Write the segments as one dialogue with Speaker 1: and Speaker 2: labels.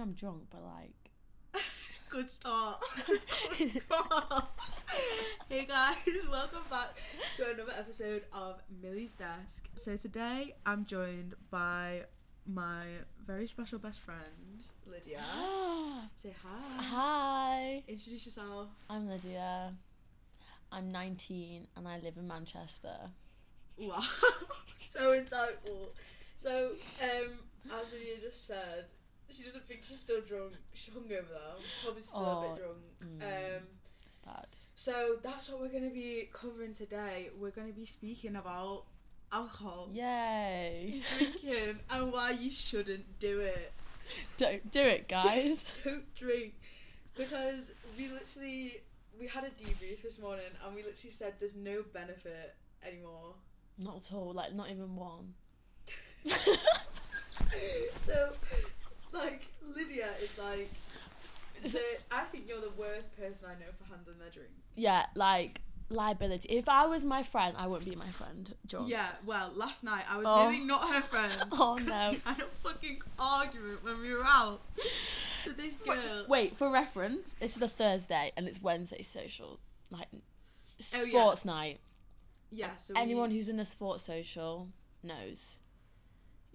Speaker 1: I'm drunk, but like
Speaker 2: Good start. Good start. hey guys, welcome back to another episode of Millie's Desk. So today I'm joined by my very special best friend, Lydia. Say hi.
Speaker 1: Hi,
Speaker 2: Introduce yourself.
Speaker 1: I'm Lydia. I'm 19 and I live in Manchester.
Speaker 2: Wow. so insightful. So, um, as Lydia just said, she doesn't think she's still drunk. She's hungover though. Probably still a
Speaker 1: Oh,
Speaker 2: bit drunk.
Speaker 1: mm.
Speaker 2: Um,
Speaker 1: It's bad.
Speaker 2: So that's what we're going to be covering today. We're going to be speaking about alcohol,
Speaker 1: Yay!
Speaker 2: drinking, and why you shouldn't do it.
Speaker 1: Don't do it, guys.
Speaker 2: Don't drink. Because we literally we had a debrief this morning and we literally said there's no benefit anymore.
Speaker 1: not at all. Like not even one.
Speaker 2: so like Lydia is like the- I think you're the worst person I know for handling their drink.
Speaker 1: yeah, like liability. If I was my friend, I wouldn't be my friend. Drunk.
Speaker 2: Yeah, well, last night I was
Speaker 1: Oh.
Speaker 2: nearly not her friend.
Speaker 1: Oh,
Speaker 2: 'cause
Speaker 1: no.
Speaker 2: We had a fucking argument when we were out. So this girl.
Speaker 1: Wait, for reference, this is a Thursday and it's Wednesday social, like
Speaker 2: Oh, yeah.
Speaker 1: sports night.
Speaker 2: Yeah, so.
Speaker 1: Anyone
Speaker 2: we,
Speaker 1: who's in a sports social knows.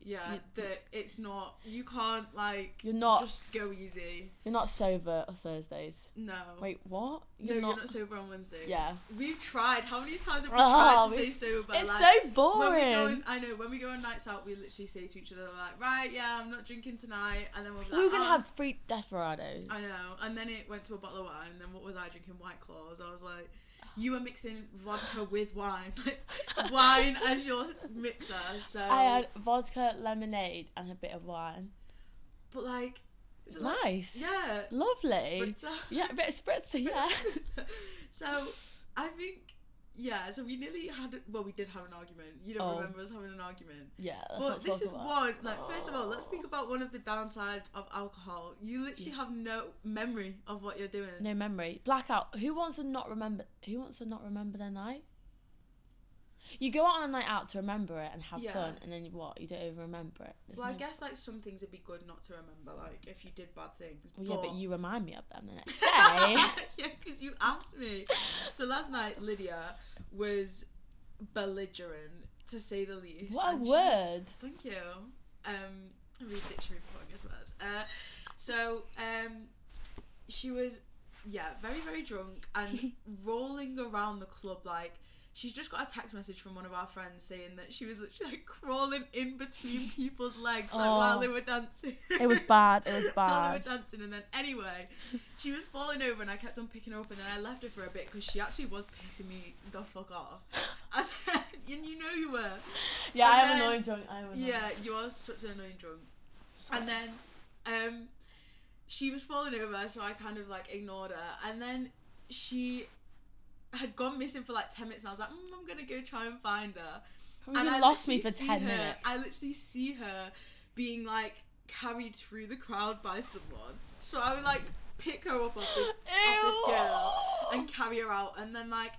Speaker 2: Yeah,
Speaker 1: you-
Speaker 2: that it's not. You can't, like.
Speaker 1: You're not
Speaker 2: Just go easy.
Speaker 1: you're not sober on Thursdays.
Speaker 2: No.
Speaker 1: Wait, what?
Speaker 2: No, you're not sober on Wednesdays.
Speaker 1: Yeah.
Speaker 2: We've tried. How many times have we
Speaker 1: Oh,
Speaker 2: tried to
Speaker 1: we-
Speaker 2: say sober?
Speaker 1: It's
Speaker 2: like,
Speaker 1: so
Speaker 2: When we
Speaker 1: boring.
Speaker 2: go on, I know when we go on nights out, we literally say to each other like, "Right, yeah, I'm not drinking tonight," and then we'll be like,
Speaker 1: we were gonna
Speaker 2: "Oh,
Speaker 1: have three desperados.
Speaker 2: I know. And then it went to a bottle of wine, and then what was I drinking? White claws. I was like, you were mixing vodka with wine, like wine as your mixer. So,
Speaker 1: I had vodka, lemonade, and a bit of wine.
Speaker 2: but like, is it like-
Speaker 1: Nice.
Speaker 2: yeah,
Speaker 1: Lovely.
Speaker 2: spritzer.
Speaker 1: Yeah, a bit of spritzer. Yeah.
Speaker 2: so, I think yeah. So we nearly had. Well, we did have an argument. You don't
Speaker 1: Oh.
Speaker 2: remember us having an argument.
Speaker 1: yeah. That's
Speaker 2: But this is
Speaker 1: about.
Speaker 2: one, like, first of all, let's speak about one of the downsides of alcohol. You literally have no memory of what you're doing.
Speaker 1: No memory. Blackout. Who wants to not remember? Who wants to not remember their night? You go out on a night out to remember it and have
Speaker 2: Yeah.
Speaker 1: fun, and then you- what? You don't even remember it. There's
Speaker 2: Well, I
Speaker 1: no-
Speaker 2: guess like some things would be good not to remember, like if you did bad things.
Speaker 1: Well, yeah, but you remind me of them the next day.
Speaker 2: yeah, because you asked me. So last night, Lydia was belligerent, to say the least.
Speaker 1: what a
Speaker 2: and she was-
Speaker 1: word!
Speaker 2: Thank you. Um, I read dictionary before I guess word. Uh, so um, she was, yeah, very very drunk and rolling around the club like. She's just got a text message from one of our friends saying that she was literally like crawling in between people's legs like
Speaker 1: Oh.
Speaker 2: while they were dancing.
Speaker 1: It was bad. It was
Speaker 2: While they
Speaker 1: bad.
Speaker 2: were dancing, and then anyway, she was falling over, and I kept on picking her up, and then I left her for a bit because she actually was pissing me the fuck off. And, and you know you were.
Speaker 1: Yeah, I
Speaker 2: And
Speaker 1: am
Speaker 2: then-
Speaker 1: annoying drunk. I am annoying.
Speaker 2: Yeah, you are such an annoying drunk. And then, um, she was falling over, so I kind of like ignored her, and then she had gone missing for like ten minutes, and I was like, mm, I'm gonna go try and find her.
Speaker 1: You
Speaker 2: I
Speaker 1: lost me for
Speaker 2: literally see
Speaker 1: ten
Speaker 2: her-
Speaker 1: minutes.
Speaker 2: I literally see her being like carried through the crowd by someone. So I would like pick her up off this off this girl
Speaker 1: Ew.
Speaker 2: and carry her out, and then like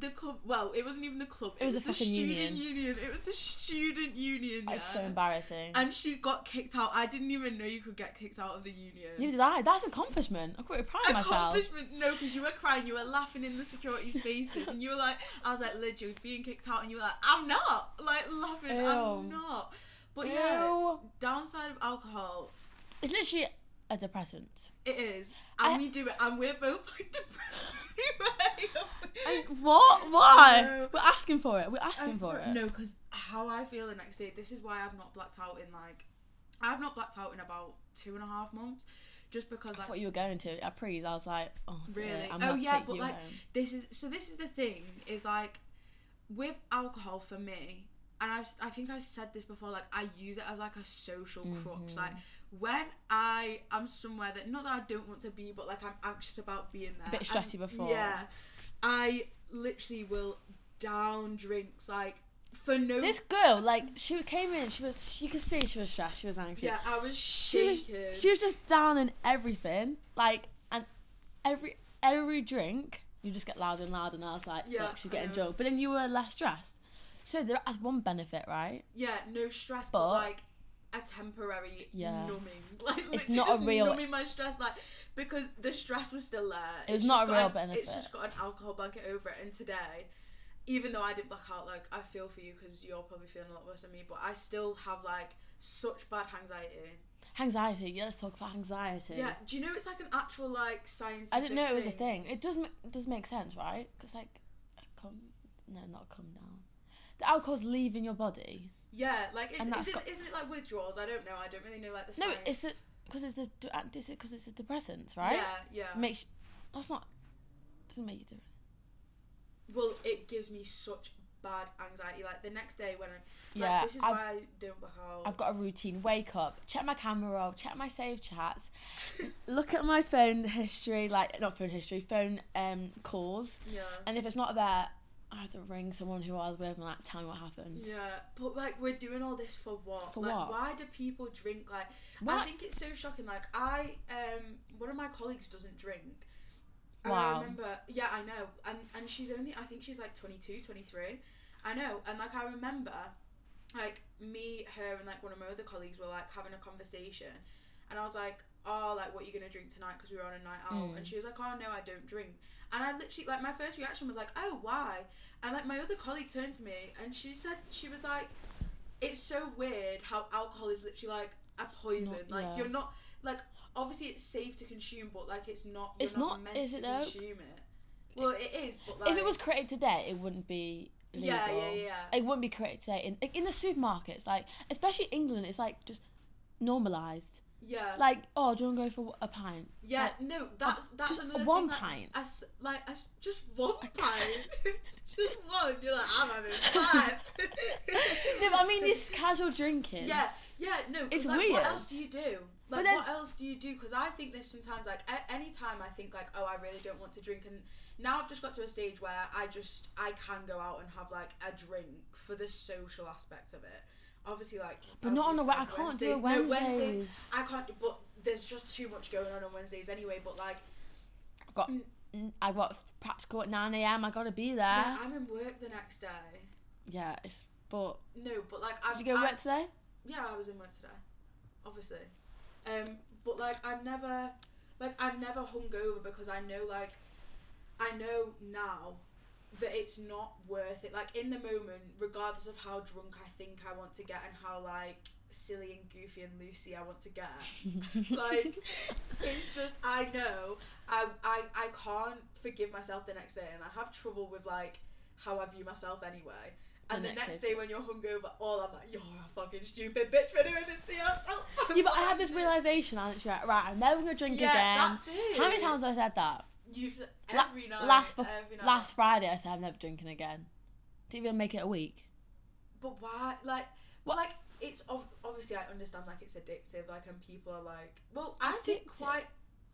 Speaker 2: the club. Well, it wasn't even the club.
Speaker 1: It was a
Speaker 2: the
Speaker 1: fucking
Speaker 2: student union. It was the student union. Yeah.
Speaker 1: That's so embarrassing.
Speaker 2: and she got kicked out. I didn't even know you could get kicked out of the union.
Speaker 1: Neither did I. That's accomplishment. I'm quite proud of myself.
Speaker 2: Accomplishment? No, because you were crying, you were laughing in the security's faces, and you were like, I was like, Lid, you're being kicked out, and you were like, I'm not, like laughing, I'm
Speaker 1: Ew.
Speaker 2: not. But yeah,
Speaker 1: Ew.
Speaker 2: downside of alcohol,
Speaker 1: It's literally a depressant.
Speaker 2: it is, and
Speaker 1: I-
Speaker 2: we do it, and we're both like depressed.
Speaker 1: And what? Why?
Speaker 2: No.
Speaker 1: We're asking for it. We're asking
Speaker 2: Um,
Speaker 1: for it.
Speaker 2: No, because how I feel the next day, this is why I've not blacked out in like, I've not blacked out in about two and a half months, just because
Speaker 1: I
Speaker 2: like
Speaker 1: thought you were going to. I praise. I was like, oh, dear,
Speaker 2: Really?
Speaker 1: I'm
Speaker 2: Oh,
Speaker 1: gonna
Speaker 2: yeah,
Speaker 1: take
Speaker 2: but,
Speaker 1: you
Speaker 2: like,
Speaker 1: home.
Speaker 2: this is so this is the thing is like with alcohol for me and I've, I think I've said this before like I use it as like a social crutch
Speaker 1: Mm-hmm.
Speaker 2: like when I am somewhere that not that I don't want to be but like I'm anxious about being there
Speaker 1: Bit
Speaker 2: and-
Speaker 1: stressy before.
Speaker 2: yeah I literally will down drinks like for no
Speaker 1: This girl, like, she came in. She was. She could see she was stressed. She was angry.
Speaker 2: yeah I was
Speaker 1: She
Speaker 2: shaking
Speaker 1: was. She was just down in everything. Like, and every every drink, you just get louder and louder. And I was like,
Speaker 2: Yeah,
Speaker 1: look, she's
Speaker 2: I
Speaker 1: getting
Speaker 2: know.
Speaker 1: drunk. But then you were less stressed. So there, that's one benefit, right?
Speaker 2: yeah no stress but,
Speaker 1: But-
Speaker 2: like a temporary
Speaker 1: Yeah.
Speaker 2: numbing. Like
Speaker 1: It's
Speaker 2: literally
Speaker 1: not a
Speaker 2: just
Speaker 1: real-
Speaker 2: numbing my stress, like because the stress was still there.
Speaker 1: It was
Speaker 2: It's
Speaker 1: not a
Speaker 2: just got
Speaker 1: real
Speaker 2: an-
Speaker 1: benefit.
Speaker 2: It's just got an alcohol blanket over it. And today, even though I didn't black out, like I feel for you because you're probably feeling a lot worse than me. But I still have like such bad anxiety.
Speaker 1: Anxiety. Yeah, let's talk about anxiety.
Speaker 2: Yeah. Do you know it's like an actual like science?
Speaker 1: I didn't know it was a thing. It does ma- it does make sense, right? Because like, I come no, not come down. The alcohol's leaving your body.
Speaker 2: Yeah. Like it's,
Speaker 1: And that's
Speaker 2: is it,
Speaker 1: got-
Speaker 2: isn't it like withdrawals? I don't know. I don't really know like the
Speaker 1: No,
Speaker 2: science.
Speaker 1: it's because it's a because it's a depressant, right?
Speaker 2: Yeah. Yeah.
Speaker 1: Makes that's not doesn't make you different.
Speaker 2: well, it gives me such bad anxiety. Like the next day when I'm like,
Speaker 1: yeah,
Speaker 2: this is
Speaker 1: I've,
Speaker 2: why I don't black out.
Speaker 1: I've got a routine. Wake up, check my camera roll, check my saved chats, look at my phone history, like not phone history, phone um calls,
Speaker 2: yeah.
Speaker 1: and if it's not there, I have to ring someone who I was with and like tell me what happened.
Speaker 2: Yeah, but like we're doing all this for what?
Speaker 1: For
Speaker 2: like
Speaker 1: what?
Speaker 2: why do people drink like I
Speaker 1: Why-
Speaker 2: think it's so shocking. Like I um one of my colleagues doesn't drink. And I
Speaker 1: Wow.
Speaker 2: remember yeah, I know. And and she's only I think she's like 22, 23. I know. And like I remember like me, her and like one of my other colleagues were like having a conversation and I was like, "Oh, like what are you gonna drink tonight?" Because we were on a night out,
Speaker 1: Mm.
Speaker 2: and she was like, "Oh no, I don't drink." And I literally like my first reaction was like, "Oh, why?" And like my other colleague turned to me and she said she was like, "It's so weird how alcohol is literally like a poison.
Speaker 1: not-
Speaker 2: like
Speaker 1: yeah.
Speaker 2: you're not like obviously it's safe to consume, but like it's not. You're
Speaker 1: It's not-
Speaker 2: meant
Speaker 1: is
Speaker 2: to
Speaker 1: it though?
Speaker 2: consume it. Well, it is, but like
Speaker 1: if it was created today, it wouldn't be legal.
Speaker 2: yeah, yeah, yeah,
Speaker 1: It wouldn't be created today in like, in the supermarkets, like especially England. It's like just normalized.
Speaker 2: yeah,
Speaker 1: Like, oh, do you want to go for a pint?
Speaker 2: yeah.
Speaker 1: like,
Speaker 2: no, that's that's
Speaker 1: just
Speaker 2: another
Speaker 1: one
Speaker 2: thing, like,
Speaker 1: pint. Oh
Speaker 2: I s- like I s- just one pint, just one. You're like I'm having five.
Speaker 1: no, but I mean this casual drinking.
Speaker 2: Yeah, yeah, no. 'cause,
Speaker 1: It's
Speaker 2: like, What
Speaker 1: weird.
Speaker 2: else do you do? Like,
Speaker 1: But then-
Speaker 2: what else do you do? Because I think there's sometimes like at any time I think like, oh, I really don't want to drink, and now I've just got to a stage where I just I can go out and have like a drink for the social aspect of it. Obviously, like,
Speaker 1: But
Speaker 2: as
Speaker 1: not
Speaker 2: we
Speaker 1: on a
Speaker 2: said,
Speaker 1: Wed- I can't do a
Speaker 2: No,
Speaker 1: Wednesdays.
Speaker 2: I can't. But there's just too much going on on Wednesdays anyway. But like,
Speaker 1: got
Speaker 2: Mm.
Speaker 1: n- I got practical at nine a.m. I gotta be there.
Speaker 2: yeah,
Speaker 1: Yeah,
Speaker 2: I'm in work the next day.
Speaker 1: it's but
Speaker 2: No, but like, I've,
Speaker 1: did you go
Speaker 2: I've-
Speaker 1: work today?
Speaker 2: yeah, I was in work today, obviously. Um, but like I've never, like I'm never hungover because I know like, I know now that it's not worth it. Like in the moment, regardless of how drunk I think I want to get and how like silly and goofy and loosey I want to get, like it's just I know I, I I can't forgive myself the next day and I have trouble with like how I view myself anyway. And the,
Speaker 1: The next
Speaker 2: next
Speaker 1: day.
Speaker 2: day when you're hungover, all I'm like, you're a fucking stupid bitch for doing this to yourself.
Speaker 1: yeah, but I had this realization. I right, right, I'm never gonna drink
Speaker 2: Yeah,
Speaker 1: again.
Speaker 2: that's it.
Speaker 1: How many times have I said that?
Speaker 2: You've said
Speaker 1: La-
Speaker 2: every night.
Speaker 1: last fu-
Speaker 2: every night.
Speaker 1: Last Friday, I said I'm never drinking again. Didn't even make it a week.
Speaker 2: But why? Like,
Speaker 1: What?
Speaker 2: well, like it's ob- obviously I understand like it's addictive. Like, and people are like, well, I think
Speaker 1: Addictive?
Speaker 2: quite.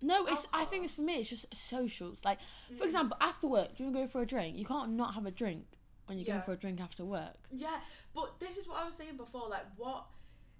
Speaker 1: No, it's. I
Speaker 2: Alcohol. Mm.
Speaker 1: think it's for me. It's just socials. Like, for example, after work, do you want to go for a drink? You can't not have a drink when you're
Speaker 2: Yeah.
Speaker 1: going for a drink after work.
Speaker 2: Yeah, but this is what I was saying before. Like, what?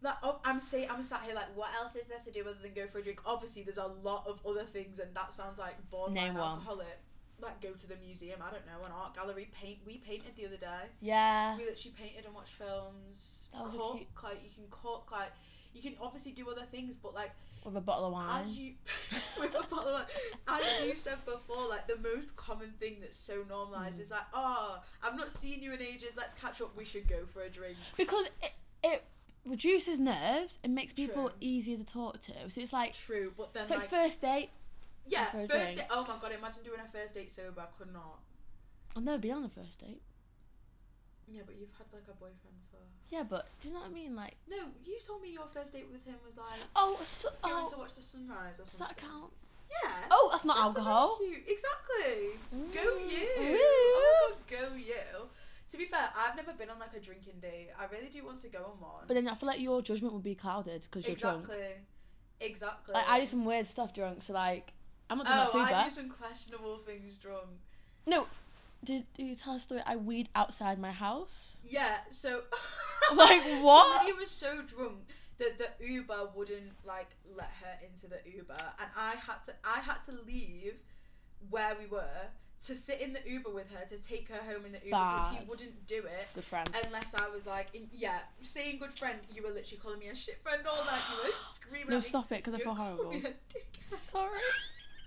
Speaker 2: Like, oh, I'm saying, I'm sat here like, what else is there to do other than go for a drink? Obviously, there's a lot of other things, and that sounds like borderline
Speaker 1: Name one.
Speaker 2: alcoholic. Like, go to the museum. I don't know, an art gallery. Paint. We painted the other day.
Speaker 1: Yeah.
Speaker 2: we literally painted and watched films.
Speaker 1: Ah. That was a
Speaker 2: cook,
Speaker 1: cute-
Speaker 2: like you can cook, like you can obviously do other things, but like
Speaker 1: With a bottle of wine.
Speaker 2: as you with a bottle of- as you said before, like the most common thing that's so
Speaker 1: Mm.
Speaker 2: normalised is like, oh, I've not seen you in ages. Let's catch up. We should go for a drink.
Speaker 1: because it, it reduces nerves. It makes people
Speaker 2: True.
Speaker 1: easier to talk to. So it's like,
Speaker 2: True, but then
Speaker 1: it's like
Speaker 2: like,
Speaker 1: first date.
Speaker 2: yeah,
Speaker 1: for a
Speaker 2: first
Speaker 1: drink.
Speaker 2: date. Oh my god, imagine doing a first date sober. I could not.
Speaker 1: I'll never be on a first date.
Speaker 2: Yeah, but you've had like a boyfriend for.
Speaker 1: Yeah, but do you know what I mean? Like,
Speaker 2: No, you told me your first date with him was like
Speaker 1: oh, so,
Speaker 2: going
Speaker 1: oh,
Speaker 2: to watch the sunrise or
Speaker 1: does
Speaker 2: something.
Speaker 1: that count?
Speaker 2: Yeah.
Speaker 1: Oh, that's not
Speaker 2: That's a bit
Speaker 1: alcohol.
Speaker 2: cute. Exactly. Go
Speaker 1: Mm.
Speaker 2: you.
Speaker 1: Woo.
Speaker 2: Oh my God, go you. To be fair, I've never been on like a drinking date. I really do want to go on one.
Speaker 1: But then I feel like your judgment would be clouded because you're
Speaker 2: exactly.
Speaker 1: drunk.
Speaker 2: Exactly.
Speaker 1: Like, I do some weird stuff drunk. So like, I'm not doing
Speaker 2: Oh,
Speaker 1: that super.
Speaker 2: I do some questionable things drunk.
Speaker 1: No, did, did you tell a story? I weed outside my house.
Speaker 2: Yeah. So.
Speaker 1: Like, what?
Speaker 2: Somebody was so drunk that the Uber wouldn't like let her into the Uber, and I had to I had to leave where we were to sit in the Uber with her to take her home in the Uber because he
Speaker 1: Bad.
Speaker 2: wouldn't do it
Speaker 1: Good friend.
Speaker 2: unless I was like, in, yeah, saying good friend. You were literally calling me a shit friend all night. You were screaming.
Speaker 1: No,
Speaker 2: at me.
Speaker 1: stop it, because I
Speaker 2: You
Speaker 1: feel
Speaker 2: were calling
Speaker 1: horrible.
Speaker 2: me a dickhead.
Speaker 1: Sorry.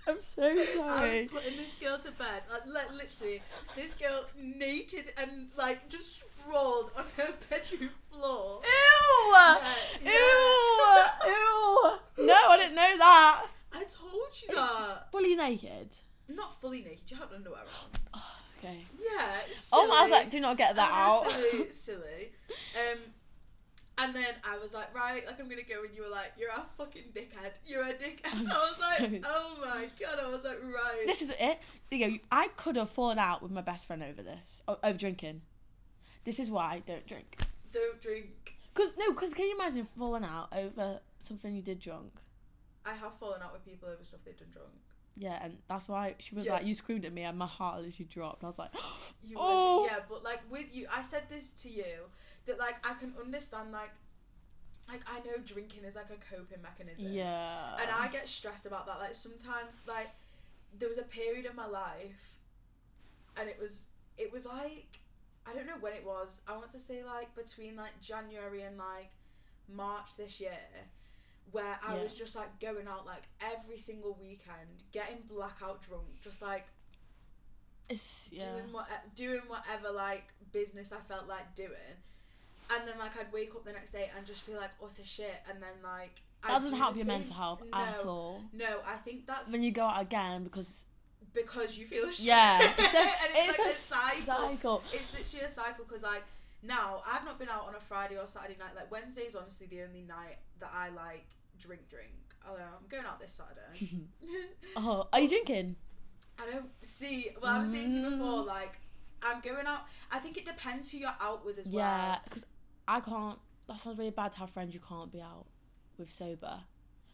Speaker 1: I'm so
Speaker 2: I
Speaker 1: sorry.
Speaker 2: was putting this girl to bed, like li- literally, this girl naked and like just sprawled on her bedroom floor.
Speaker 1: Ew!
Speaker 2: Yeah, yeah.
Speaker 1: Ew! Ew! No, I didn't know that.
Speaker 2: I told you that.
Speaker 1: Fully naked. Oh,
Speaker 2: Not fully naked. You had underwear on.
Speaker 1: Okay.
Speaker 2: Yeah. It's silly.
Speaker 1: Oh, my, I was like, do not get that
Speaker 2: I know,
Speaker 1: out.
Speaker 2: Silly, silly. Um, and then I was like, right, like I'm gonna go, and you were like, you're a fucking dickhead. You're a dickhead.
Speaker 1: I'm
Speaker 2: I was like,
Speaker 1: so-
Speaker 2: oh my god. I was like, right.
Speaker 1: this is it. You know, I could have fallen out with my best friend over this, o- over drinking. This is why I don't drink.
Speaker 2: Don't drink.
Speaker 1: Cause no, cause can you imagine falling out over something you did drunk?
Speaker 2: I have fallen out with people over stuff they've done drunk.
Speaker 1: Yeah, and that's why she was
Speaker 2: Yeah.
Speaker 1: like, "You screamed at me, and my heart literally dropped." I was like,
Speaker 2: You
Speaker 1: Oh.
Speaker 2: oh. yeah, but like with you, I said this to you that like I can understand like, like I know drinking is like a coping mechanism.
Speaker 1: "Yeah."
Speaker 2: and I get stressed about that. Like sometimes, like there was a period of my life, and it was it was like I don't know when it was. I want to say like between like January and like March this year, where I
Speaker 1: Yeah.
Speaker 2: was just like going out like every single weekend, getting blackout drunk, just like
Speaker 1: it's yeah.
Speaker 2: doing what doing whatever like business I felt like doing. And then like I'd wake up the next day and just feel like utter shit, and then like I'd
Speaker 1: That doesn't
Speaker 2: do
Speaker 1: help
Speaker 2: the
Speaker 1: your
Speaker 2: same-
Speaker 1: mental health
Speaker 2: No.
Speaker 1: at all.
Speaker 2: No, I think that's
Speaker 1: When you go out again, because
Speaker 2: because you feel shit.
Speaker 1: yeah, it's a,
Speaker 2: and
Speaker 1: it's
Speaker 2: it's, like
Speaker 1: a
Speaker 2: a cycle.
Speaker 1: cycle.
Speaker 2: It's literally a cycle because like now I've not been out on a Friday or Saturday night. Like Wednesday is honestly the only night that I like drink drink. Although I'm going out this Saturday.
Speaker 1: Oh, are you drinking?
Speaker 2: I don't see. Well, I was saying to you before,
Speaker 1: Mm.
Speaker 2: like I'm going out. I think it depends who you're out with as
Speaker 1: Yeah,
Speaker 2: well.
Speaker 1: because I can't. That sounds really bad to have friends you can't be out with sober,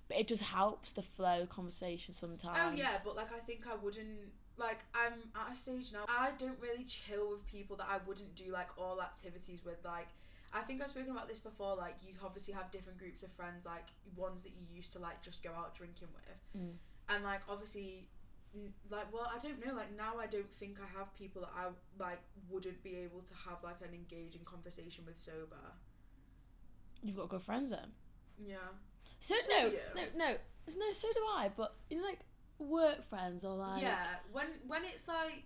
Speaker 1: but it just helps the flow of conversation sometimes.
Speaker 2: Oh yeah, but like I think I wouldn't. Like I'm at a stage now. I don't really chill with people that I wouldn't do like all activities with. Like I think I've spoken about this before. Like you obviously have different groups of friends. Like ones that you used to like just go out drinking with,
Speaker 1: Mm.
Speaker 2: and like obviously, n- like well I don't know. Like now I don't think I have people that I like wouldn't be able to have like an engaging conversation with sober.
Speaker 1: You've got good friends then.
Speaker 2: Yeah.
Speaker 1: So,
Speaker 2: So
Speaker 1: no,
Speaker 2: do
Speaker 1: no, no, no. So do I. But you know, like work friends or like
Speaker 2: yeah. When when it's like.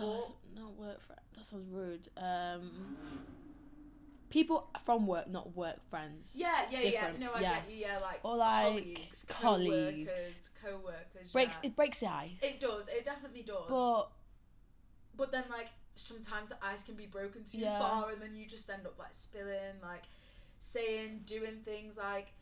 Speaker 1: oh, that's not work friends. That sounds rude. Um, people from work, not work friends.
Speaker 2: Yeah, yeah,
Speaker 1: different.
Speaker 2: yeah. No, I
Speaker 1: Yeah.
Speaker 2: get you. Yeah, like
Speaker 1: Or, like,
Speaker 2: colleagues,
Speaker 1: colleagues.
Speaker 2: co-workers, co-workers.
Speaker 1: breaks
Speaker 2: yeah.
Speaker 1: it breaks the ice.
Speaker 2: it. does. It definitely does. But,
Speaker 1: But
Speaker 2: then like sometimes the ice can be broken too
Speaker 1: Yeah.
Speaker 2: far, and then you just end up like spilling, like saying, doing things like.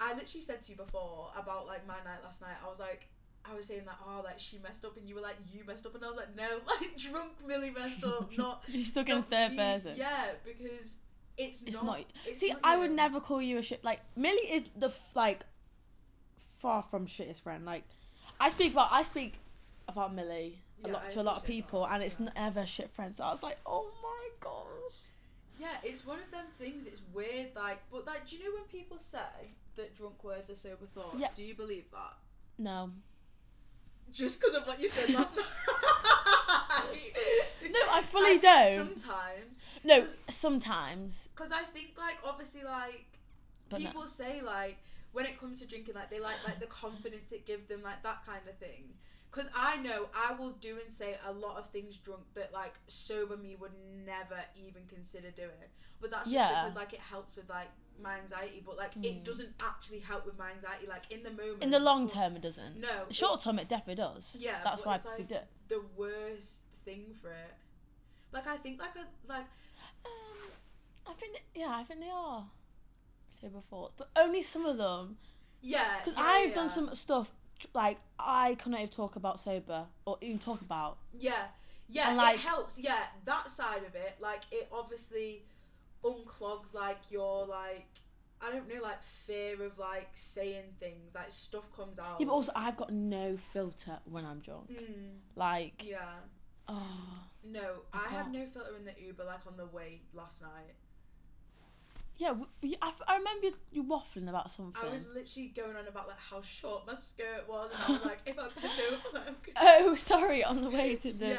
Speaker 2: I literally said to you before about like my night last night. I was like. I was saying that oh like she messed up and you were like you messed up and I was like no like drunk Millie messed up not
Speaker 1: you're still in
Speaker 2: not
Speaker 1: third
Speaker 2: me."
Speaker 1: person.
Speaker 2: yeah because it's,
Speaker 1: It's
Speaker 2: not,
Speaker 1: not-
Speaker 2: it's
Speaker 1: See,
Speaker 2: not
Speaker 1: I would
Speaker 2: you.
Speaker 1: never call you a shit. Like Millie is the f- like far from shittest friend. Like I speak about I speak about Millie a
Speaker 2: Yeah,
Speaker 1: lot
Speaker 2: I
Speaker 1: to a lot of
Speaker 2: appreciate that,
Speaker 1: people, and it's
Speaker 2: yeah.
Speaker 1: never shit friend. So I was like, oh my gosh.
Speaker 2: Yeah, it's one of them things. It's weird, like, but like, do you know when people say that drunk words are sober thoughts?
Speaker 1: Yeah.
Speaker 2: Do you believe that?
Speaker 1: No,
Speaker 2: Just because of what you said last night.
Speaker 1: No, I fully don't.
Speaker 2: Sometimes,
Speaker 1: no. Sometimes,
Speaker 2: because I think like obviously like
Speaker 1: but no.
Speaker 2: people say like when it comes to drinking, like they like like the confidence it gives them, like that kind of thing. Because I know I will do and say a lot of things drunk that like sober me would never even consider doing. But that's just
Speaker 1: Yeah.
Speaker 2: because like it helps with like my anxiety, but like
Speaker 1: Mm.
Speaker 2: it doesn't actually help with my anxiety. Like in the moment,
Speaker 1: in the long
Speaker 2: but-
Speaker 1: term it doesn't.
Speaker 2: Oh. no,
Speaker 1: Short
Speaker 2: it's
Speaker 1: term it definitely does.
Speaker 2: Yeah,
Speaker 1: that's
Speaker 2: but
Speaker 1: why
Speaker 2: it's
Speaker 1: we
Speaker 2: like-
Speaker 1: do. it.
Speaker 2: the worst thing for it. Like I think like a like
Speaker 1: Um, I think yeah, I think they are sober thoughts, but only some of them.
Speaker 2: yeah,
Speaker 1: Because
Speaker 2: Uh, yeah,
Speaker 1: I've
Speaker 2: yeah.
Speaker 1: done some stuff tr- like I cannot even talk about sober or even talk about.
Speaker 2: Yeah, yeah,
Speaker 1: And,
Speaker 2: it
Speaker 1: like-
Speaker 2: helps. Yeah, that side of it, like it obviously unclogs like your like I don't know like fear of like saying things like stuff comes out.
Speaker 1: Yeah, but also I've got no filter when I'm drunk.
Speaker 2: Mm,
Speaker 1: Like,
Speaker 2: yeah,
Speaker 1: oh,
Speaker 2: no, I had
Speaker 1: can't.
Speaker 2: no filter in the Uber like on the way last night.
Speaker 1: Yeah, w- but you- I, f- I remember you- you waffling about something.
Speaker 2: I was literally going on about like how short my skirt was, and I was like, if I bend over, like, I'm gonna.
Speaker 1: Oh, sorry, on the way to the.
Speaker 2: yeah,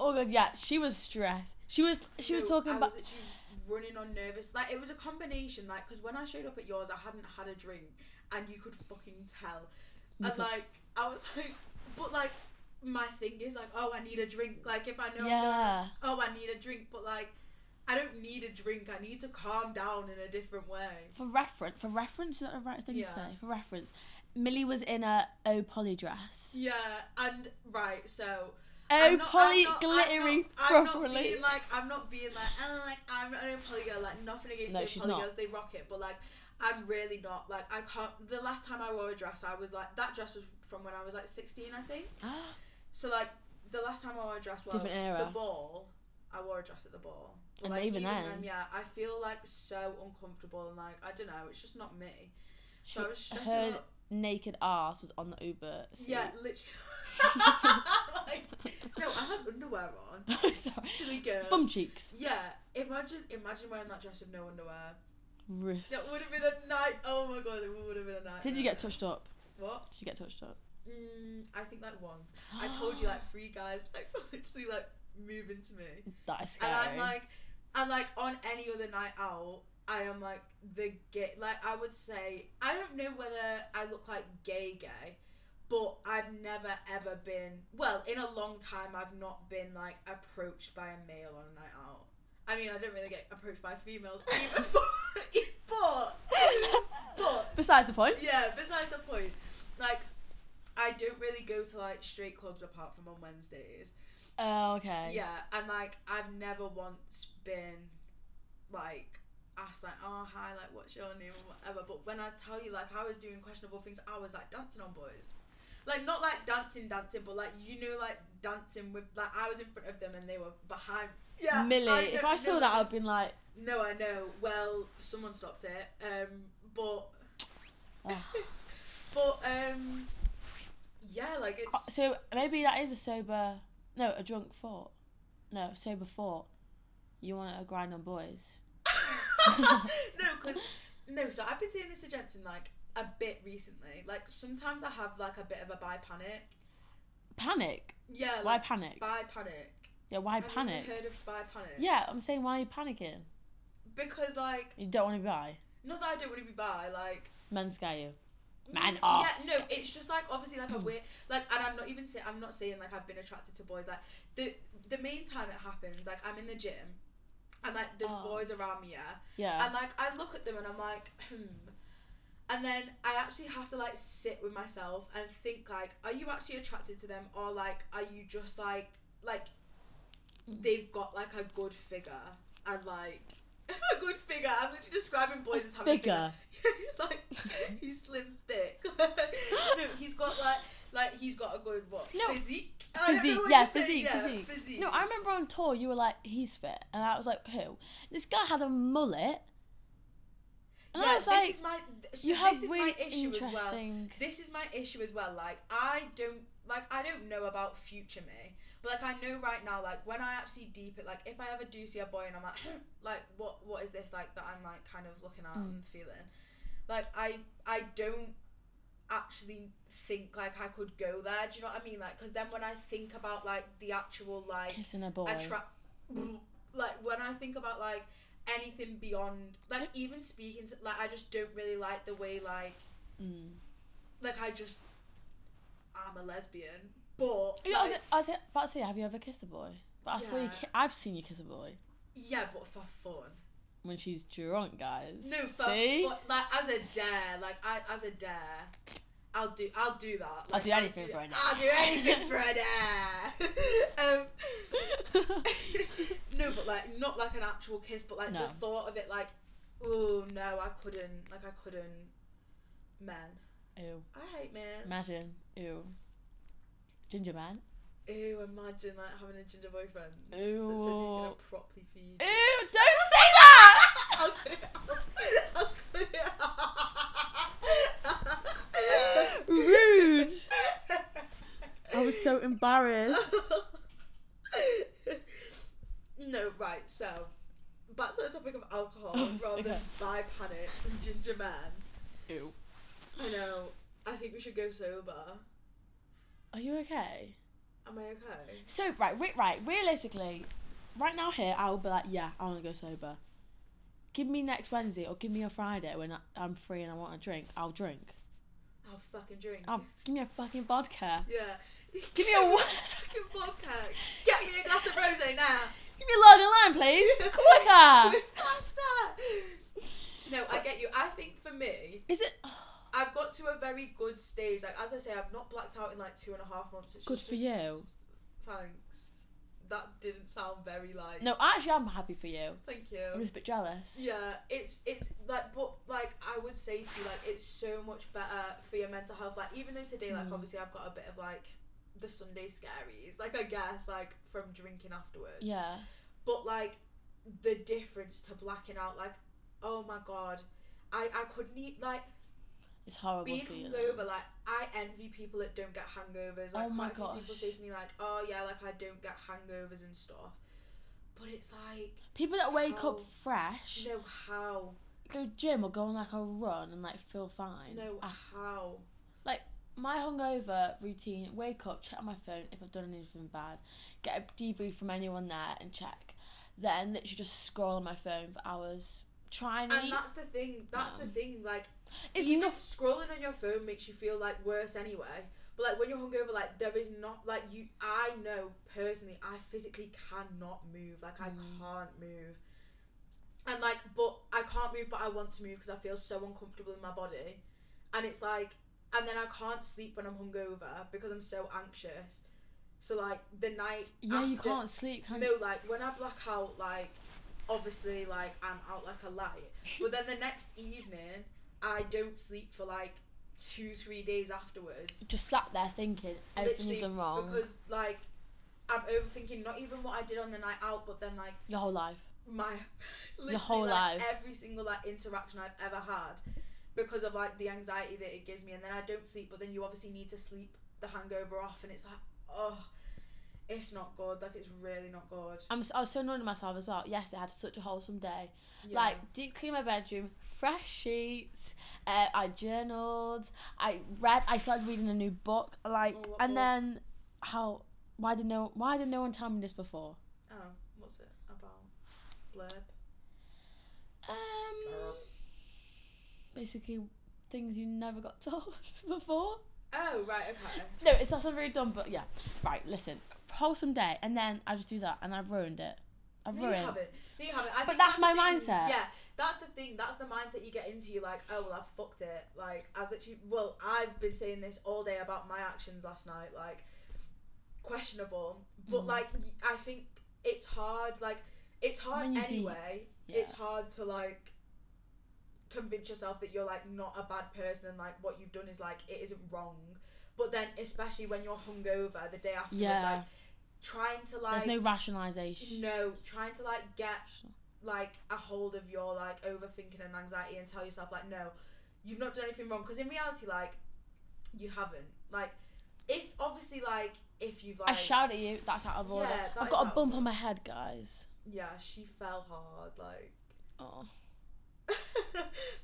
Speaker 1: Oh god, yeah, she was stressed. She was she was
Speaker 2: No,
Speaker 1: talking
Speaker 2: I
Speaker 1: about.
Speaker 2: was literally running on nervous. Like it was a combination. Like because when I showed up at yours, I hadn't had a drink, and you could fucking tell.
Speaker 1: You
Speaker 2: And
Speaker 1: could-
Speaker 2: like I was like, but like my thing is like, oh, I need a drink. Like if I know, I'm going,
Speaker 1: yeah,
Speaker 2: oh, I need a drink. But like, I don't need a drink. I need to calm down in a different way.
Speaker 1: for reference, for reference is that the right thing to
Speaker 2: Yeah.
Speaker 1: say? For reference, Millie was in a O Polly dress.
Speaker 2: Yeah, and right, so
Speaker 1: Oh
Speaker 2: I'm not- I'm
Speaker 1: Polly
Speaker 2: not-
Speaker 1: glittery
Speaker 2: I'm not, I'm not
Speaker 1: properly.
Speaker 2: being like I'm not being like oh like I'm not a poly girl like nothing against
Speaker 1: No,
Speaker 2: no,
Speaker 1: she's
Speaker 2: poly
Speaker 1: not.
Speaker 2: girls they rock it but like I'm really not like I can't the last time I wore a dress I was like that dress was from when I was like 16 I think so like the last time I wore a dress well
Speaker 1: Different era.
Speaker 2: the ball I wore a dress at the ball But,
Speaker 1: And
Speaker 2: like,
Speaker 1: even then-
Speaker 2: yeah I feel like so uncomfortable and like I don't know it's just not me
Speaker 1: She-
Speaker 2: so I was stressing
Speaker 1: her
Speaker 2: out.
Speaker 1: naked ass was on the Uber. Seat.
Speaker 2: yeah literally like, no I had underwear on
Speaker 1: sorry.
Speaker 2: silly girl.
Speaker 1: Bum cheeks.
Speaker 2: yeah, imagine imagine wearing that dress with no underwear.
Speaker 1: Wrist.
Speaker 2: That would have been a night. Oh my god, it would have been a night.
Speaker 1: Did you get touched up?
Speaker 2: what?
Speaker 1: Did you get touched up?
Speaker 2: Mm, I think like once. I told you like three guys like literally like moving to me,
Speaker 1: that is scary.
Speaker 2: and I'm like, and like on any other night out. I am like the gay, like I would say, I don't know whether I look like gay gay, but I've never ever been, well, in a long time, I've not been like approached by a male on a night out. I mean, I don't really get approached by females, either, but, but, but
Speaker 1: Besides the point.
Speaker 2: yeah, besides the point, like, I don't really go to like straight clubs apart from on Wednesdays.
Speaker 1: Oh, okay.
Speaker 2: Yeah, and like I've never once been like asked like, oh hi, like what's your name or whatever. But when I tell you like I was doing questionable things, I was like dancing on boys. Like not like dancing, dancing, but like you know, like dancing with like I was in front of them and they were behind. Yeah,
Speaker 1: Millie,
Speaker 2: know-
Speaker 1: if I saw
Speaker 2: no,
Speaker 1: that, I'd been like,
Speaker 2: No, I know. Well, someone stopped it. Um, but
Speaker 1: Ah.
Speaker 2: but um, yeah, like
Speaker 1: Uh,
Speaker 2: it's
Speaker 1: So maybe that is a sober, no, a drunk thought. No, sober thought. You want to grind on boys.
Speaker 2: no, because no. So I've been seeing this to Jensen like a bit recently. Like sometimes I have like a bit of a bi panic.
Speaker 1: Panic.
Speaker 2: Yeah,
Speaker 1: Why
Speaker 2: like
Speaker 1: panic?
Speaker 2: bi panic.
Speaker 1: Yeah, why
Speaker 2: Have you ever
Speaker 1: panic?
Speaker 2: Heard of bi panic?
Speaker 1: Yeah, I'm saying why are you panicking?
Speaker 2: Because like,
Speaker 1: You don't want to be bi.
Speaker 2: not that I don't want to be bi. Like,
Speaker 1: Men scare you. Man Mm. ass.
Speaker 2: Yeah, no, it's just like obviously like a weird like, and I'm not even saying I'm not saying like I've been attracted to boys. Like the the main time it happens, like I'm in the gym, and like there's
Speaker 1: Oh.
Speaker 2: boys around me. Yeah,
Speaker 1: Yeah.
Speaker 2: And like I look at them and I'm like, hmm. And then I actually have to like sit with myself and think like, are you actually attracted to them or like are you just like like
Speaker 1: Mm.
Speaker 2: they've got like a good figure and like a good figure. I'm literally describing boys as having a figure.
Speaker 1: Bigger.
Speaker 2: like he's slim thick. no, he's got like like he's got a good what
Speaker 1: No.
Speaker 2: physique. I don't know
Speaker 1: Physique,
Speaker 2: what
Speaker 1: yeah,
Speaker 2: to say,
Speaker 1: physique,
Speaker 2: yeah,
Speaker 1: physique. No, I
Speaker 2: I'm
Speaker 1: remember on tour you were like, he's fit. And I was like, who? This guy had a mullet. And
Speaker 2: yeah,
Speaker 1: I was
Speaker 2: this
Speaker 1: like,
Speaker 2: is my th- so
Speaker 1: you have
Speaker 2: this is
Speaker 1: really
Speaker 2: my issue as well.
Speaker 1: interesting.
Speaker 2: this is my issue as well like i don't like i don't know about future me but like i know right now like when i actually deep it like if i ever do see a boy and i'm like like what what is this like that i'm like kind of looking
Speaker 1: Hmm.
Speaker 2: at and feeling like i i don't actually think like i could go there do you know what i mean like because then when i think about like the actual like
Speaker 1: Kissing a boy.
Speaker 2: attract like when I think about like anything beyond like even speaking to like I just don't really like the way like
Speaker 1: Mm.
Speaker 2: like I just I'm a lesbian but
Speaker 1: Yeah, I was,
Speaker 2: like,
Speaker 1: I was about to say, have you ever kissed a boy? But I saw you.
Speaker 2: Yeah.
Speaker 1: Ki- I've seen you kiss a boy
Speaker 2: yeah but for fun
Speaker 1: when she's drunk, guys.
Speaker 2: no for
Speaker 1: See?
Speaker 2: fun like as a dare like I as a dare I'll do I'll do that
Speaker 1: I'll
Speaker 2: like,
Speaker 1: do anything for a dare.
Speaker 2: I'll do anything for a dare um no, but like not like an actual kiss, but like
Speaker 1: No.
Speaker 2: the thought of it, like, oh no, I couldn't, like I couldn't. Men,
Speaker 1: Ew.
Speaker 2: I hate men.
Speaker 1: Imagine. Ew. Ginger man.
Speaker 2: Ew, imagine like having a ginger boyfriend
Speaker 1: Ew.
Speaker 2: that says he's gonna
Speaker 1: Ew,
Speaker 2: properly feed. you.
Speaker 1: don't say that!
Speaker 2: I'll cut it out. I'll cut it out.
Speaker 1: Rude. I was so embarrassed.
Speaker 2: no, right, so back to the topic of alcohol
Speaker 1: Oh,
Speaker 2: rather than
Speaker 1: okay.
Speaker 2: by panics and ginger men.
Speaker 1: Ew.
Speaker 2: I know. I think we should go sober.
Speaker 1: Are you okay?
Speaker 2: Am I okay?
Speaker 1: So right, re- right. Realistically, right now here, I'll be like, yeah, I want to go sober. Give me next Wednesday or give me a Friday when I- I'm free and I want a drink. I'll drink.
Speaker 2: I'll fucking drink.
Speaker 1: I'll give me a fucking vodka.
Speaker 2: Yeah.
Speaker 1: Give me a wa-
Speaker 2: fucking vodka. Get me a glass of rosé now.
Speaker 1: Give me a lager lime, please. Quicker.
Speaker 2: Faster. No, I get you. I think for me,
Speaker 1: Is it?
Speaker 2: I've got to a very good stage. Like as I say, I've not blacked out in like two and a half months. It's
Speaker 1: Good
Speaker 2: just
Speaker 1: for you.
Speaker 2: Thanks. That didn't sound very like.
Speaker 1: No, actually, I'm happy for you.
Speaker 2: Thank
Speaker 1: I'm
Speaker 2: you.
Speaker 1: just a bit jealous.
Speaker 2: Yeah, it's it's like, but like I would say to you, like it's so much better for your mental health. Like even though today, like
Speaker 1: Mm.
Speaker 2: obviously I've got a bit of like the Sunday scaries, like I guess like from drinking afterwards.
Speaker 1: Yeah.
Speaker 2: But like the difference to blacking out, like oh my god, I I couldn't eat like.
Speaker 1: It's horrible
Speaker 2: being
Speaker 1: feeling.
Speaker 2: hungover, like I envy people that don't get hangovers. Like
Speaker 1: Oh my
Speaker 2: quite a few people
Speaker 1: gosh.
Speaker 2: say to me like, "Oh yeah, like I don't get hangovers and stuff," but it's like,
Speaker 1: People that wake
Speaker 2: How-
Speaker 1: up fresh,
Speaker 2: Oh. no how,
Speaker 1: go gym or go on like a run and like feel fine.
Speaker 2: no
Speaker 1: Ah,
Speaker 2: how.
Speaker 1: my hungover routine: wake up, check my phone if I've done anything bad, get a debrief from anyone there and check. Then literally just scroll on my phone for hours. Try and,
Speaker 2: And
Speaker 1: eat.
Speaker 2: that's the thing. That's the
Speaker 1: No.
Speaker 2: thing. Like
Speaker 1: It's
Speaker 2: even
Speaker 1: not.
Speaker 2: if scrolling on your phone makes you feel like worse anyway. But like when you're hungover, like there is not like you. I know personally, I physically cannot move. Like I
Speaker 1: Mm.
Speaker 2: can't move. And like, but I can't move, but I want to move because I feel so uncomfortable in my body, and it's like, and then I can't sleep when I'm hungover because I'm so anxious. So like the night.
Speaker 1: Yeah, you
Speaker 2: after-
Speaker 1: can't sleep. Can
Speaker 2: no,
Speaker 1: you?
Speaker 2: like when I black out, like obviously, like I'm out like a light. But then the next evening, I don't sleep for like two, three days afterwards.
Speaker 1: Just sat there thinking everything
Speaker 2: Literally,
Speaker 1: you've done wrong
Speaker 2: because like I'm overthinking not even what I did on the night out, but then like
Speaker 1: your whole life.
Speaker 2: my literally,
Speaker 1: whole
Speaker 2: like,
Speaker 1: life.
Speaker 2: every single like interaction I've ever had because of like the anxiety that it gives me, and then I don't sleep. But then you obviously need to sleep the hangover off, and it's like oh. It's not good. Like it's really not good.
Speaker 1: I'm. s- I was so annoyed at myself as well. Yes, I had such a wholesome day.
Speaker 2: Yeah.
Speaker 1: Like, did clean my bedroom, fresh sheets. Uh, I journaled. I read. I started reading a new book. Like,
Speaker 2: Oh, what
Speaker 1: and
Speaker 2: book?
Speaker 1: then how? Why did no? Why did no one tell me this before?
Speaker 2: Oh, what's it about? Blurb.
Speaker 1: Um, basically things you never got told before.
Speaker 2: Oh, right, okay.
Speaker 1: No, it's not something really dumb, but yeah. Right, listen, wholesome day, and then I just do that, and I've ruined it. I've
Speaker 2: No, you
Speaker 1: ruined.
Speaker 2: haven't. No, you haven't. I
Speaker 1: But
Speaker 2: think
Speaker 1: that's
Speaker 2: the
Speaker 1: my
Speaker 2: thing-
Speaker 1: mindset.
Speaker 2: Yeah, that's the thing. That's the mindset you get into. You're like, oh, well, I've fucked it. Like, I've literally, well, I've been saying this all day about my actions last night. Like, questionable. But,
Speaker 1: Mm.
Speaker 2: like, y- I think it's hard. Like, it's hard
Speaker 1: When you do-
Speaker 2: anyway.
Speaker 1: Yeah.
Speaker 2: It's hard to, like, convince yourself that you're, like, not a bad person and, like, what you've done is, like, it isn't wrong. But then, especially when you're hungover the day afterwards,
Speaker 1: yeah.
Speaker 2: like, trying to,
Speaker 1: There's
Speaker 2: like,
Speaker 1: no rationalization.
Speaker 2: no, trying to like get like a hold of your like overthinking and anxiety and tell yourself like no, you've not done anything wrong because in reality like you haven't. Like if obviously like if you've like
Speaker 1: I shout at you. That's out of order.
Speaker 2: Yeah, that
Speaker 1: I've
Speaker 2: is
Speaker 1: got
Speaker 2: out
Speaker 1: a
Speaker 2: of
Speaker 1: bump on my head, guys.
Speaker 2: yeah, she fell hard like
Speaker 1: Oh,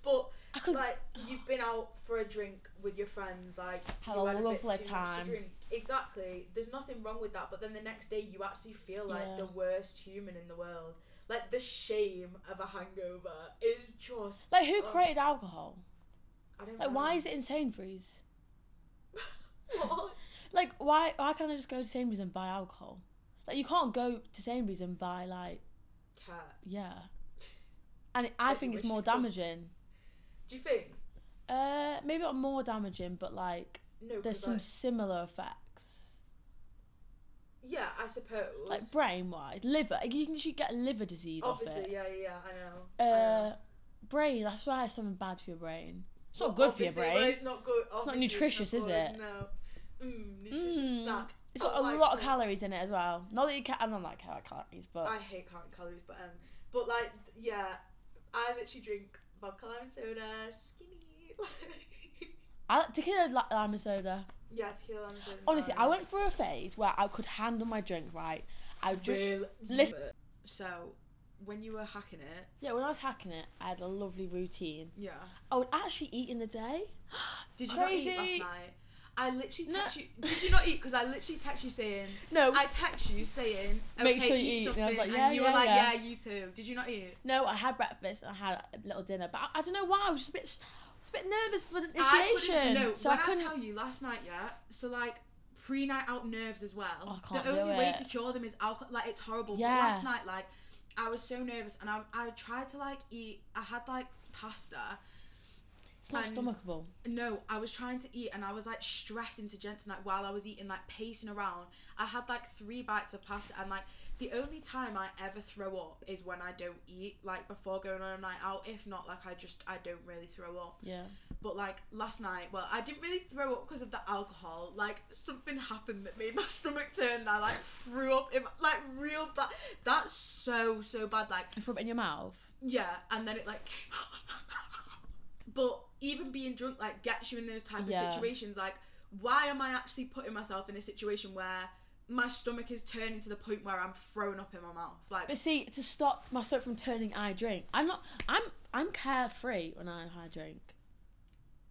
Speaker 2: but
Speaker 1: I could.
Speaker 2: like you've been out for a drink with your friends like
Speaker 1: Had
Speaker 2: you
Speaker 1: a
Speaker 2: bit
Speaker 1: lovely
Speaker 2: too much to
Speaker 1: time.
Speaker 2: drink. exactly there's nothing wrong with that but then the next day you actually feel like
Speaker 1: Yeah.
Speaker 2: the worst human in the world like the shame of a hangover is just
Speaker 1: like who
Speaker 2: oh.
Speaker 1: created alcohol?
Speaker 2: I don't
Speaker 1: Like
Speaker 2: know.
Speaker 1: why is it in Sainsbury's?
Speaker 2: What?
Speaker 1: Like why why can't I just go to Sainsbury's and buy alcohol? Like you can't go to Sainsbury's and buy like
Speaker 2: Cat.
Speaker 1: yeah. And it- I
Speaker 2: But you
Speaker 1: think it's
Speaker 2: wish you
Speaker 1: more
Speaker 2: could.
Speaker 1: damaging.
Speaker 2: Do you think?
Speaker 1: Uh, maybe not more damaging, but like
Speaker 2: No.
Speaker 1: there's
Speaker 2: 'cause,
Speaker 1: some
Speaker 2: like,
Speaker 1: similar effects.
Speaker 2: yeah, I suppose.
Speaker 1: Like brain wise, liver. You can actually get liver disease off
Speaker 2: obviously,
Speaker 1: it.
Speaker 2: yeah, yeah, yeah, I know. I
Speaker 1: Uh,
Speaker 2: know.
Speaker 1: brain. That's why it's something bad for your brain. It's not
Speaker 2: Well,
Speaker 1: good for your
Speaker 2: obviously,
Speaker 1: brain.
Speaker 2: well, it's not good. It's
Speaker 1: nutritious, is it?
Speaker 2: No. Mm, nutritious
Speaker 1: Mm.
Speaker 2: snack.
Speaker 1: It's got
Speaker 2: Oh
Speaker 1: a
Speaker 2: my
Speaker 1: lot of
Speaker 2: God.
Speaker 1: calories in it as well. Not that you can. I don't like cal- calories, but
Speaker 2: I hate counting calories, but um, but like, th- yeah, I literally drink vodka lime soda, skinny. like-
Speaker 1: I like tequila li- lime and soda.
Speaker 2: yeah, tequila lime soda.
Speaker 1: Honestly, I
Speaker 2: nice.
Speaker 1: went through a phase where I could handle my drink right. I would drink.
Speaker 2: Real-
Speaker 1: listen-
Speaker 2: So when you were hacking it,
Speaker 1: Yeah, when I was hacking it, I had a lovely routine.
Speaker 2: yeah.
Speaker 1: I would actually eat in the day.
Speaker 2: Did you not
Speaker 1: Crazy.
Speaker 2: eat last night? I literally
Speaker 1: No.
Speaker 2: text you. Did you not eat? Because I literally text you saying,
Speaker 1: No,
Speaker 2: I text you saying, okay,
Speaker 1: Make sure you
Speaker 2: eat,
Speaker 1: eat. And
Speaker 2: something,
Speaker 1: I
Speaker 2: and,
Speaker 1: was like, yeah,
Speaker 2: you
Speaker 1: yeah,
Speaker 2: were like,
Speaker 1: yeah.
Speaker 2: yeah. you too. Did you not eat?
Speaker 1: no, I had breakfast and I had a little dinner, but I, I don't know why. I was just a bit, sh- I was a bit nervous for the
Speaker 2: I
Speaker 1: initiation.
Speaker 2: couldn't. No,
Speaker 1: so
Speaker 2: when
Speaker 1: I
Speaker 2: I,
Speaker 1: couldn't.
Speaker 2: tell you last night, yeah. So like pre-night out nerves as well.
Speaker 1: Oh, I can't
Speaker 2: the
Speaker 1: do
Speaker 2: only way
Speaker 1: it.
Speaker 2: to cure them is alcohol. Like it's horrible.
Speaker 1: Yeah.
Speaker 2: But last night, like I was so nervous, and I I tried to like eat. I had like pasta.
Speaker 1: it's not
Speaker 2: and-
Speaker 1: stomachable.
Speaker 2: No, I was trying to eat and I was like stressing to Jensen like while I was eating, like pacing around. I had like three bites of pasta and like the only time I ever throw up is when I don't eat, like before going on a night out. If not, like I just I don't really throw up.
Speaker 1: Yeah.
Speaker 2: But like last night, well, I didn't really throw up because of the alcohol. Like something happened that made my stomach turn. And I like threw up in my, like real bad. That's so so bad. Like
Speaker 1: And rub it in your mouth.
Speaker 2: yeah, and then it like came out of my mouth. But even being drunk like gets you in those type
Speaker 1: Yeah.
Speaker 2: of situations. Like why am I actually putting myself in a situation where my stomach is turning to the point where I'm thrown up in my mouth? Like
Speaker 1: But see, to stop myself from turning, I drink. I'm not. I'm. I'm carefree when I I drink.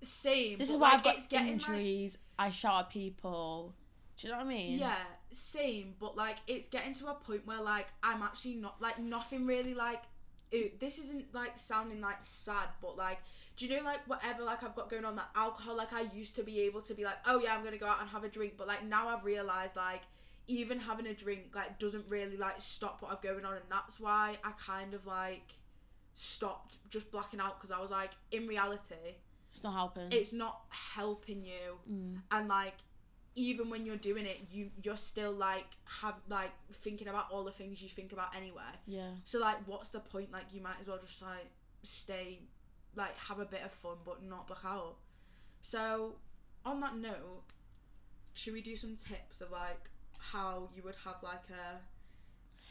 Speaker 2: same.
Speaker 1: This
Speaker 2: but,
Speaker 1: is why
Speaker 2: like,
Speaker 1: I've got
Speaker 2: it's getting like,
Speaker 1: injuries. I shout at people. Do you know what I mean?
Speaker 2: Yeah, same. But like, it's getting to a point where like I'm actually not like nothing really like. It, this isn't like sounding like sad, but like, do you know like whatever like I've got going on that alcohol like I used to be able to be like, oh yeah, I'm gonna go out and have a drink, but like now I've realized like even having a drink like doesn't really like stop what I've going on, and that's why I kind of like stopped just blacking out because I was like, in reality,
Speaker 1: It's not helping.
Speaker 2: it's not helping you
Speaker 1: Mm.
Speaker 2: and like even when you're doing it you you're still like have like thinking about all the things you think about anyway
Speaker 1: Yeah.
Speaker 2: so like what's the point like you might as well just like stay like have a bit of fun but not black out so on that note should we do some tips of like how you would have like a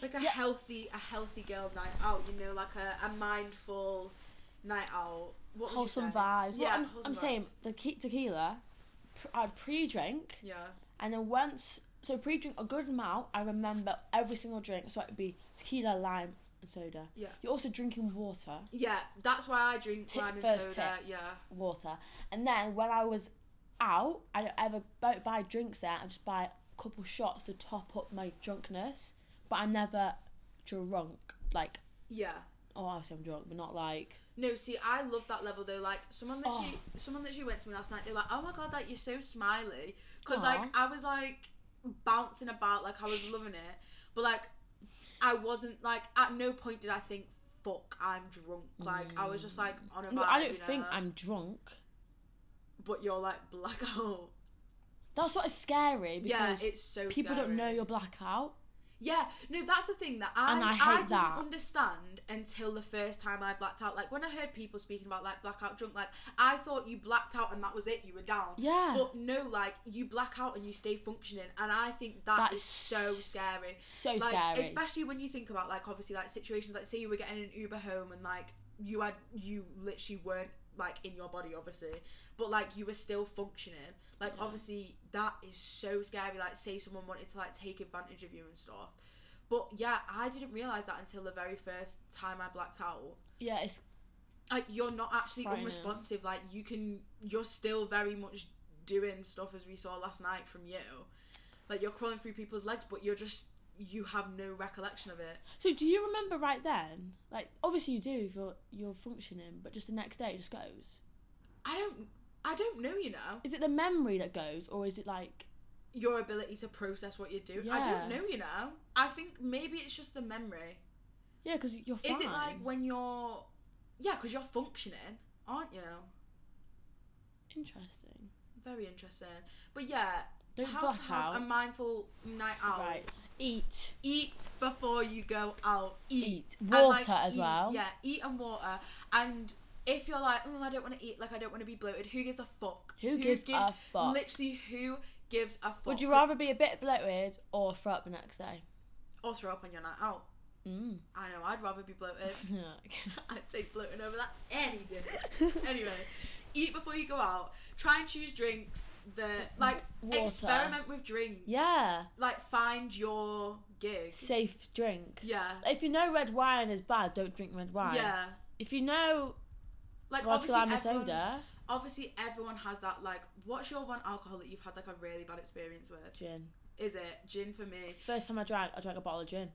Speaker 2: like a
Speaker 1: Yeah.
Speaker 2: healthy a healthy girl night out you know like a, a mindful night out what would you
Speaker 1: Wholesome
Speaker 2: say?
Speaker 1: vibes.
Speaker 2: Yeah,
Speaker 1: Yeah, I'm,
Speaker 2: wholesome
Speaker 1: I'm saying
Speaker 2: vibes.
Speaker 1: the ke- tequila. pr- I pre-drink
Speaker 2: yeah
Speaker 1: and then once so pre-drink a good amount. I remember every single drink, so it would be tequila, lime, and soda.
Speaker 2: Yeah.
Speaker 1: You're also drinking water,
Speaker 2: Yeah, that's why I drink
Speaker 1: Tip
Speaker 2: lime and
Speaker 1: first
Speaker 2: soda.
Speaker 1: tip.
Speaker 2: Yeah,
Speaker 1: water, and then when I was out, I don't ever bu- buy drinks there. I just buy a couple shots to top up my drunkenness, but I'm never drunk. Like,
Speaker 2: yeah.
Speaker 1: oh, obviously I'm drunk, but not like
Speaker 2: No, see, I love that level though. Like someone that she,
Speaker 1: Oh.
Speaker 2: someone that she went to me last night. They're like, "Oh my god, like you're so smiley," because
Speaker 1: Aw.
Speaker 2: like I was like bouncing about, like I was loving it, but like I wasn't like at no point did I think, "Fuck, I'm drunk." Like I was just like on a vibe.
Speaker 1: No, I don't
Speaker 2: you know?
Speaker 1: think I'm drunk.
Speaker 2: But you're like blackout.
Speaker 1: That's what is scary
Speaker 2: Yeah,
Speaker 1: because
Speaker 2: it's so.
Speaker 1: people don't know
Speaker 2: scary.
Speaker 1: you're blackout.
Speaker 2: Yeah, no, that's the thing that I
Speaker 1: And I hate
Speaker 2: I didn't
Speaker 1: that.
Speaker 2: understand until the first time I blacked out. Like when I heard people speaking about like blackout drunk, like I thought you blacked out and that was it, you were down.
Speaker 1: Yeah.
Speaker 2: But no, like you black out and you stay functioning, and I think
Speaker 1: That's
Speaker 2: that is so scary.
Speaker 1: so
Speaker 2: like,
Speaker 1: scary.
Speaker 2: Especially when you think about like obviously like situations like say you were getting an Uber home and like you had you literally weren't like in your body obviously, but like you were still functioning. Like obviously that is so scary. Like say someone wanted to like take advantage of you and stuff. But yeah, I didn't realize that until the very first time I blacked out
Speaker 1: yeah, it's
Speaker 2: like you're not actually
Speaker 1: Frightening.
Speaker 2: unresponsive like you can you're still very much doing stuff as we saw last night from you like you're crawling through people's legs but you're just you have no recollection of it
Speaker 1: so. Do you remember right then? Like, obviously you do if you're you're functioning, but just the next day it just goes.
Speaker 2: i don't i don't know you know
Speaker 1: Is it the memory that goes, or is it like
Speaker 2: your ability to process what you do i don't
Speaker 1: Yeah.
Speaker 2: know you know i think maybe it's just a memory
Speaker 1: yeah? Because you're fine.
Speaker 2: is it like when you're yeah because you're functioning aren't you
Speaker 1: interesting?
Speaker 2: very interesting but yeah
Speaker 1: Don't
Speaker 2: how to
Speaker 1: black
Speaker 2: have
Speaker 1: out.
Speaker 2: a mindful night out
Speaker 1: Right. Eat.
Speaker 2: eat before you go out. Eat,
Speaker 1: Eat.
Speaker 2: And,
Speaker 1: Water
Speaker 2: like,
Speaker 1: as
Speaker 2: eat-
Speaker 1: well.
Speaker 2: Yeah, eat and water. And if you're like, mm, I don't want to eat, like I don't want to be bloated. Who gives a fuck?
Speaker 1: Who gives a fuck?
Speaker 2: Literally, who gives a fuck?
Speaker 1: Would you rather be a bit bloated or throw up the next day?
Speaker 2: or throw up on your night out?
Speaker 1: Mm.
Speaker 2: I know, I'd rather be bloated.
Speaker 1: Yeah.
Speaker 2: I'd take bloating over that any day. anyway, eat before you go out. Try and choose drinks that like
Speaker 1: Water.
Speaker 2: experiment with drinks.
Speaker 1: Yeah.
Speaker 2: Like find your gig.
Speaker 1: Safe drink.
Speaker 2: Yeah.
Speaker 1: If you know red wine is bad, don't drink red wine.
Speaker 2: Yeah.
Speaker 1: If you know
Speaker 2: Like
Speaker 1: vodka lime
Speaker 2: obviously
Speaker 1: and
Speaker 2: everyone,
Speaker 1: soda,
Speaker 2: obviously everyone has that like what's your one alcohol that you've had like a really bad experience with?
Speaker 1: gin.
Speaker 2: Is it gin for me?
Speaker 1: First time I drank, I drank a bottle of gin.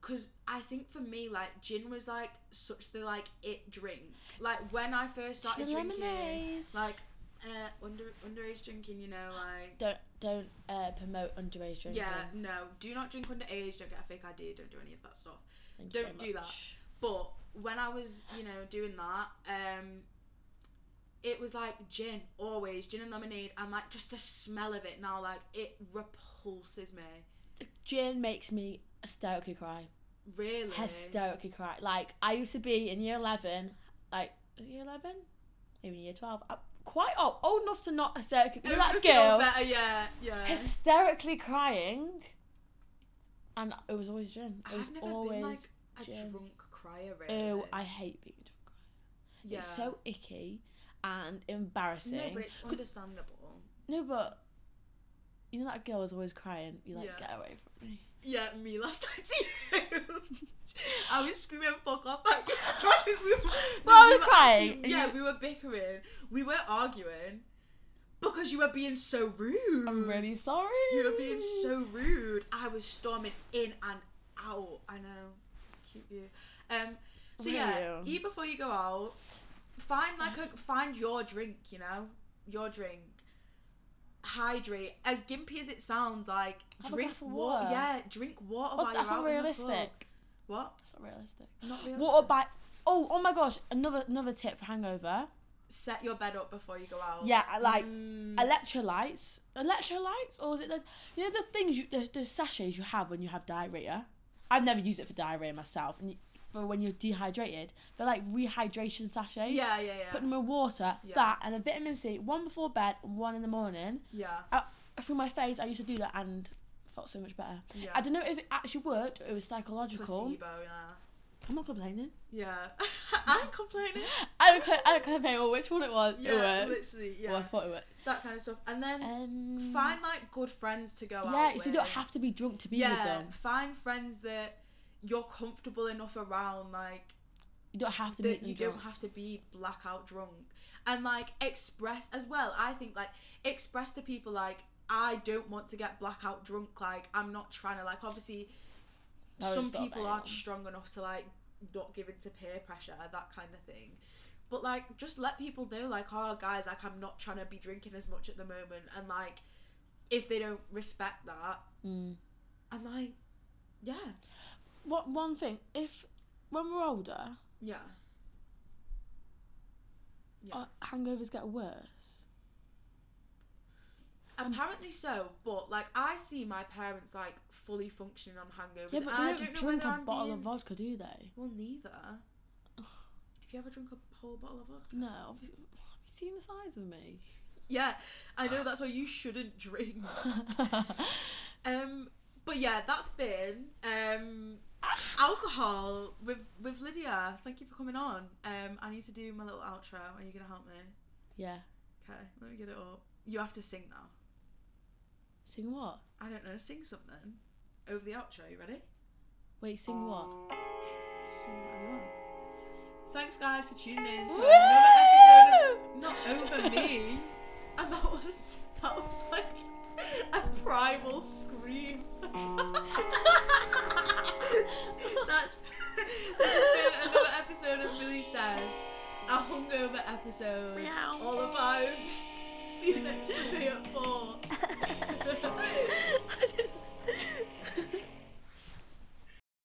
Speaker 2: because I think for me, like gin was like such the like it drink. Like when I first started
Speaker 1: Gin
Speaker 2: drinking,
Speaker 1: lemonades.
Speaker 2: like uh, under underage drinking, you know, like
Speaker 1: Don't don't uh, promote underage drinking.
Speaker 2: yeah, no, do not drink underage. Don't get a fake ID. Don't do any of that stuff.
Speaker 1: Thank
Speaker 2: don't do that. But when I was, you know, doing that, um, it was like gin always, gin and lemonade, and like just the smell of it now, like it repulses me.
Speaker 1: that. Gin makes me hysterically cry.
Speaker 2: Really,
Speaker 1: Hysterically cry. Like I used to be in year eleven, like was it year eleven, even year twelve. I, quite old, old enough to not hysterically.
Speaker 2: It
Speaker 1: You're
Speaker 2: would
Speaker 1: that
Speaker 2: feel
Speaker 1: girl
Speaker 2: better, yeah, yeah.
Speaker 1: hysterically crying, and it was always gin. It was
Speaker 2: I've never
Speaker 1: always.
Speaker 2: been like a
Speaker 1: gin.
Speaker 2: drunk crier. Really.
Speaker 1: Oh, I hate being drunk.
Speaker 2: yeah.
Speaker 1: It's so icky and embarrassing.
Speaker 2: no, but it's understandable.
Speaker 1: No, but you know that girl was always crying. You like
Speaker 2: Yeah.
Speaker 1: get away from me.
Speaker 2: Yeah, me last night to you. I was screaming "fuck off" at you. we were,
Speaker 1: Well, I was
Speaker 2: were
Speaker 1: crying,
Speaker 2: actually-
Speaker 1: and
Speaker 2: yeah,
Speaker 1: you-
Speaker 2: we were bickering. We were arguing because you were being so rude.
Speaker 1: I'm really sorry.
Speaker 2: You were Mm. being so rude. I was storming in and out. I know, cute you. Um, so yeah,
Speaker 1: Really?
Speaker 2: eat before you go out. Find like a find your drink. You know, your drink. Hydrate. As gimpy as it sounds, like
Speaker 1: Have a
Speaker 2: drink
Speaker 1: glass of
Speaker 2: wa-
Speaker 1: water.
Speaker 2: Yeah, drink water
Speaker 1: Well,
Speaker 2: while
Speaker 1: that's
Speaker 2: you're
Speaker 1: not
Speaker 2: out in the club.
Speaker 1: realistic.
Speaker 2: What?
Speaker 1: That's not realistic.
Speaker 2: Not realistic.
Speaker 1: Water by. Oh, oh my gosh! Another another tip for hangover.
Speaker 2: Set your bed up before you go out.
Speaker 1: Yeah, I like
Speaker 2: Oh. Mm,
Speaker 1: electrolytes. Electrolytes, or is it the you know the things you the, the sachets you have when you have diarrhea? I've never used it for diarrhea myself, and for when you're dehydrated, they're like rehydration sachets.
Speaker 2: yeah, yeah, yeah.
Speaker 1: Put them in water,
Speaker 2: Yeah.
Speaker 1: that, and a vitamin C, one before bed, and one in the morning.
Speaker 2: yeah,
Speaker 1: I, through my phase, I used to do that and felt so much better.
Speaker 2: yeah.
Speaker 1: I don't know if it actually worked or it was psychological.
Speaker 2: Placebo. Yeah.
Speaker 1: I'm not complaining.
Speaker 2: Yeah, I'm complaining.
Speaker 1: I don't, cla- I don't complain or which one it was. it
Speaker 2: Yeah,
Speaker 1: worked.
Speaker 2: literally,
Speaker 1: Well, I
Speaker 2: yeah,
Speaker 1: thought it worked.
Speaker 2: that kind of stuff. And then
Speaker 1: Um,
Speaker 2: find like good friends to go
Speaker 1: Yeah,
Speaker 2: out.
Speaker 1: so you don't
Speaker 2: with.
Speaker 1: have to be drunk to be
Speaker 2: yeah,
Speaker 1: with them.
Speaker 2: find friends that you're comfortable enough around, like
Speaker 1: You don't have to be
Speaker 2: that you
Speaker 1: them drunk.
Speaker 2: don't have to be blackout drunk, and like express as well. I think like express to people like I don't want to get blackout drunk. Like I'm not trying to like obviously
Speaker 1: No,
Speaker 2: some
Speaker 1: stop
Speaker 2: people
Speaker 1: it.
Speaker 2: aren't strong enough to like not give into peer pressure that kind of thing but like just let people know like oh guys like i'm not trying to be drinking as much at the moment and like if they don't respect that
Speaker 1: Mm.
Speaker 2: and like yeah
Speaker 1: What one thing? If when we're older,
Speaker 2: yeah Yeah.
Speaker 1: our hangovers get worse. Um,
Speaker 2: apparently so but like i see my parents like fully functioning on hangovers
Speaker 1: Yeah, but
Speaker 2: and i
Speaker 1: they
Speaker 2: don't
Speaker 1: don't,
Speaker 2: know
Speaker 1: drink a
Speaker 2: whether i'm
Speaker 1: bottle
Speaker 2: being...
Speaker 1: of vodka, do they?
Speaker 2: well neither have you ever drunk a whole bottle of vodka
Speaker 1: No. Obviously. Have you seen the size of me?
Speaker 2: yeah i know that's why you shouldn't drink Um, but yeah, that's been um, alcohol with with Lydia. Thank you for coming on. Um, I need to do my little outro. Are you gonna help me?
Speaker 1: yeah.
Speaker 2: Okay, let me get it up. You have to sing now.
Speaker 1: Sing what?
Speaker 2: I don't know, sing something over the outro. You ready?
Speaker 1: Wait, sing what?
Speaker 2: Sing whatever you want. Thanks, guys, for tuning in to
Speaker 1: Woo!
Speaker 2: another episode of Not Over Me. And that was that was like a primal scream. That's been another episode of Millie's Dance, a hungover episode.
Speaker 1: Meow.
Speaker 2: All the vibes. See you next Sunday at four.